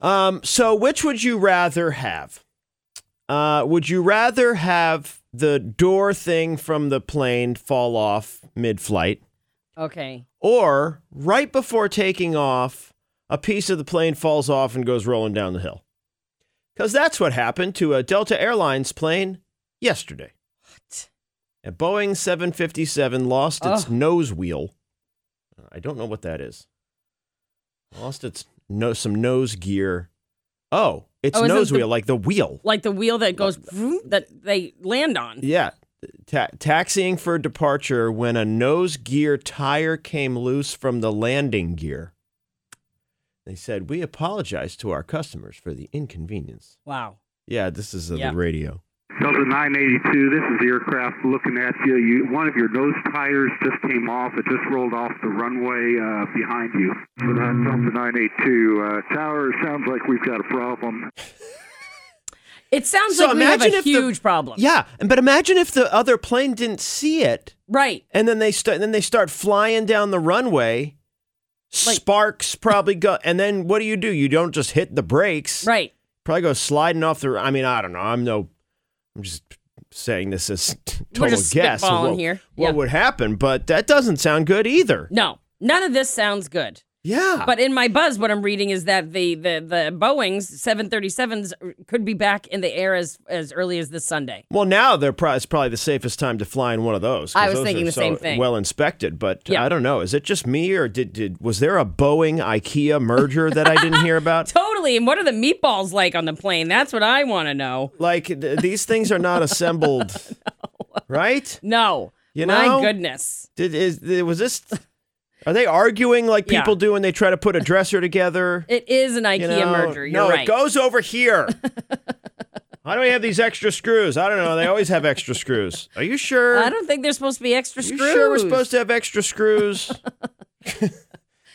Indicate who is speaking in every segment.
Speaker 1: Um, so, which would you rather have? Uh, would you rather have the door thing from the plane fall off mid flight?
Speaker 2: Okay.
Speaker 1: Or right before taking off, a piece of the plane falls off and goes rolling down the hill? Because that's what happened to a Delta Airlines plane yesterday.
Speaker 2: What?
Speaker 1: A Boeing 757 lost its
Speaker 2: Ugh.
Speaker 1: nose wheel. Uh, I don't know what that is. Lost its no some nose gear. Oh, it's
Speaker 2: Oh, isn't
Speaker 1: nose
Speaker 2: the-
Speaker 1: wheel like the wheel.
Speaker 2: Like the wheel that goes vroom, that they land on.
Speaker 1: Yeah. Ta- taxiing for departure when a nose gear tire came loose from the landing gear. They said, "We apologize to our customers for the inconvenience."
Speaker 2: Wow.
Speaker 1: Yeah, this is uh,
Speaker 2: Yeah.
Speaker 1: the radio.
Speaker 3: Delta 982, this is the aircraft looking at you. you. One of your nose tires just came off. It just rolled off the runway uh, behind you. Delta 982, uh, tower, sounds like we've got a problem.
Speaker 2: It sounds
Speaker 1: So
Speaker 2: like we have
Speaker 1: imagine
Speaker 2: a
Speaker 1: if the-
Speaker 2: huge problem.
Speaker 1: Yeah, and but imagine if the other plane didn't see it.
Speaker 2: Right.
Speaker 1: and then they start then they start flying down the runway
Speaker 2: Like-
Speaker 1: sparks probably go and then what do you do you don't just hit the brakes
Speaker 2: Right.
Speaker 1: probably go sliding off the i mean i don't know i'm no i'm just saying this is total
Speaker 2: just
Speaker 1: guess of
Speaker 2: spitballing
Speaker 1: what,
Speaker 2: here.
Speaker 1: what
Speaker 2: Yeah.
Speaker 1: would happen but that doesn't sound good either
Speaker 2: No. None of this sounds good.
Speaker 1: yeah
Speaker 2: But in my buzz, what I'm reading is that the the the Boeing's 737s could be back in the air as as early as this Sunday.
Speaker 1: well now they're probably it's probably the safest time to fly in one of those 'cause
Speaker 2: I was
Speaker 1: those
Speaker 2: thinking
Speaker 1: are
Speaker 2: the
Speaker 1: so
Speaker 2: same thing.
Speaker 1: well inspected but
Speaker 2: Yeah.
Speaker 1: i don't know is it just me or did, did was there a boeing ikea merger that i didn't hear about
Speaker 2: Totally. And what are the meatballs like on the plane? That's what I want to know.
Speaker 1: Like th- these things are not assembled, right?
Speaker 2: No.
Speaker 1: You know?
Speaker 2: My goodness.
Speaker 1: Did is th- was this? Are they arguing like
Speaker 2: Yeah.
Speaker 1: people do when they try to put a dresser together?
Speaker 2: It is an IKEA
Speaker 1: You know?
Speaker 2: merger. You're
Speaker 1: no,
Speaker 2: right.
Speaker 1: it goes over here. Why do we have these extra screws? I don't know. They always have extra screws. Are you sure?
Speaker 2: I don't think there's supposed to be extra
Speaker 1: you
Speaker 2: screws.
Speaker 1: sure we're supposed to have extra screws?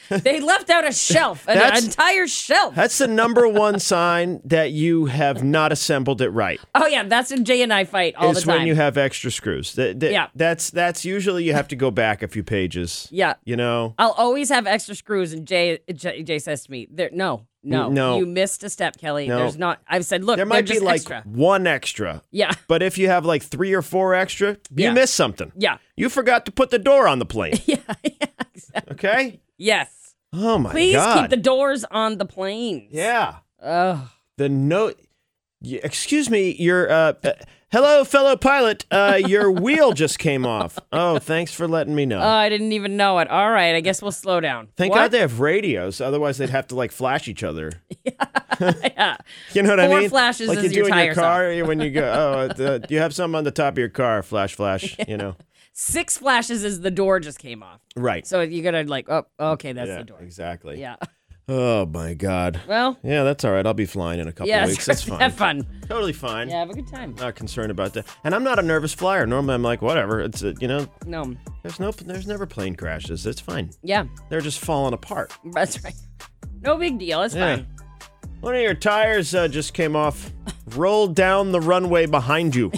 Speaker 2: They left out a shelf, an
Speaker 1: That's-
Speaker 2: entire shelf.
Speaker 1: That's the number one sign that you have not assembled it right.
Speaker 2: Oh yeah, that's when Jay and I fight all the
Speaker 1: is
Speaker 2: time.
Speaker 1: when you have extra screws. Th- th-
Speaker 2: Yeah.
Speaker 1: That's that's usually you have to go back a few pages.
Speaker 2: yeah,
Speaker 1: You know.
Speaker 2: I'll always have extra screws, and Jay Jay, Jay says to me, "There, no, no,
Speaker 1: N- no.
Speaker 2: you missed a step, Kelly.
Speaker 1: No.
Speaker 2: There's not." I've said, "Look,
Speaker 1: there might
Speaker 2: they're
Speaker 1: be
Speaker 2: just
Speaker 1: like
Speaker 2: extra."
Speaker 1: one extra.
Speaker 2: Yeah,
Speaker 1: But if you have like three or four extra, you
Speaker 2: Yeah.
Speaker 1: missed something.
Speaker 2: yeah,
Speaker 1: You forgot to put the door on the plane.
Speaker 2: yeah, yeah. exactly.
Speaker 1: Okay?
Speaker 2: Yes,
Speaker 1: Oh my
Speaker 2: please
Speaker 1: god.
Speaker 2: keep the doors on the planes.
Speaker 1: yeah.
Speaker 2: Oh,
Speaker 1: The note y- Excuse me, your uh, uh, hello fellow pilot, uh, your wheel just came off. Oh, thanks for letting me know.
Speaker 2: oh, I didn't even know it. All right, I guess we'll slow down.
Speaker 1: Thank
Speaker 2: What?
Speaker 1: God they have radios, otherwise they'd have to like flash each other.
Speaker 2: yeah.
Speaker 1: You know what I
Speaker 2: Four
Speaker 1: mean?
Speaker 2: flashes
Speaker 1: like
Speaker 2: as
Speaker 1: you
Speaker 2: your
Speaker 1: do in your
Speaker 2: tires
Speaker 1: car when you go. Oh, uh, you have something on the top of your car, flash, flash. You know,
Speaker 2: Six flashes as the door just came off.
Speaker 1: right?
Speaker 2: So you gotta like, oh, okay, that's
Speaker 1: yeah,
Speaker 2: the door.
Speaker 1: exactly.
Speaker 2: Yeah.
Speaker 1: Oh my God.
Speaker 2: Well.
Speaker 1: Yeah, that's all right. I'll be flying in a couple
Speaker 2: Yeah,
Speaker 1: weeks. That's fine.
Speaker 2: have fun.
Speaker 1: Totally fine.
Speaker 2: Yeah, have a good time.
Speaker 1: Not concerned about that. And I'm not a nervous flyer. Normally, I'm like, whatever. It's uh, you know,
Speaker 2: No,
Speaker 1: there's no, there's never plane crashes. It's fine.
Speaker 2: yeah,
Speaker 1: They're just falling apart.
Speaker 2: that's right. No big deal. It's
Speaker 1: Yeah.
Speaker 2: fine.
Speaker 1: One of your tires uh, just came off, rolled down the runway behind you.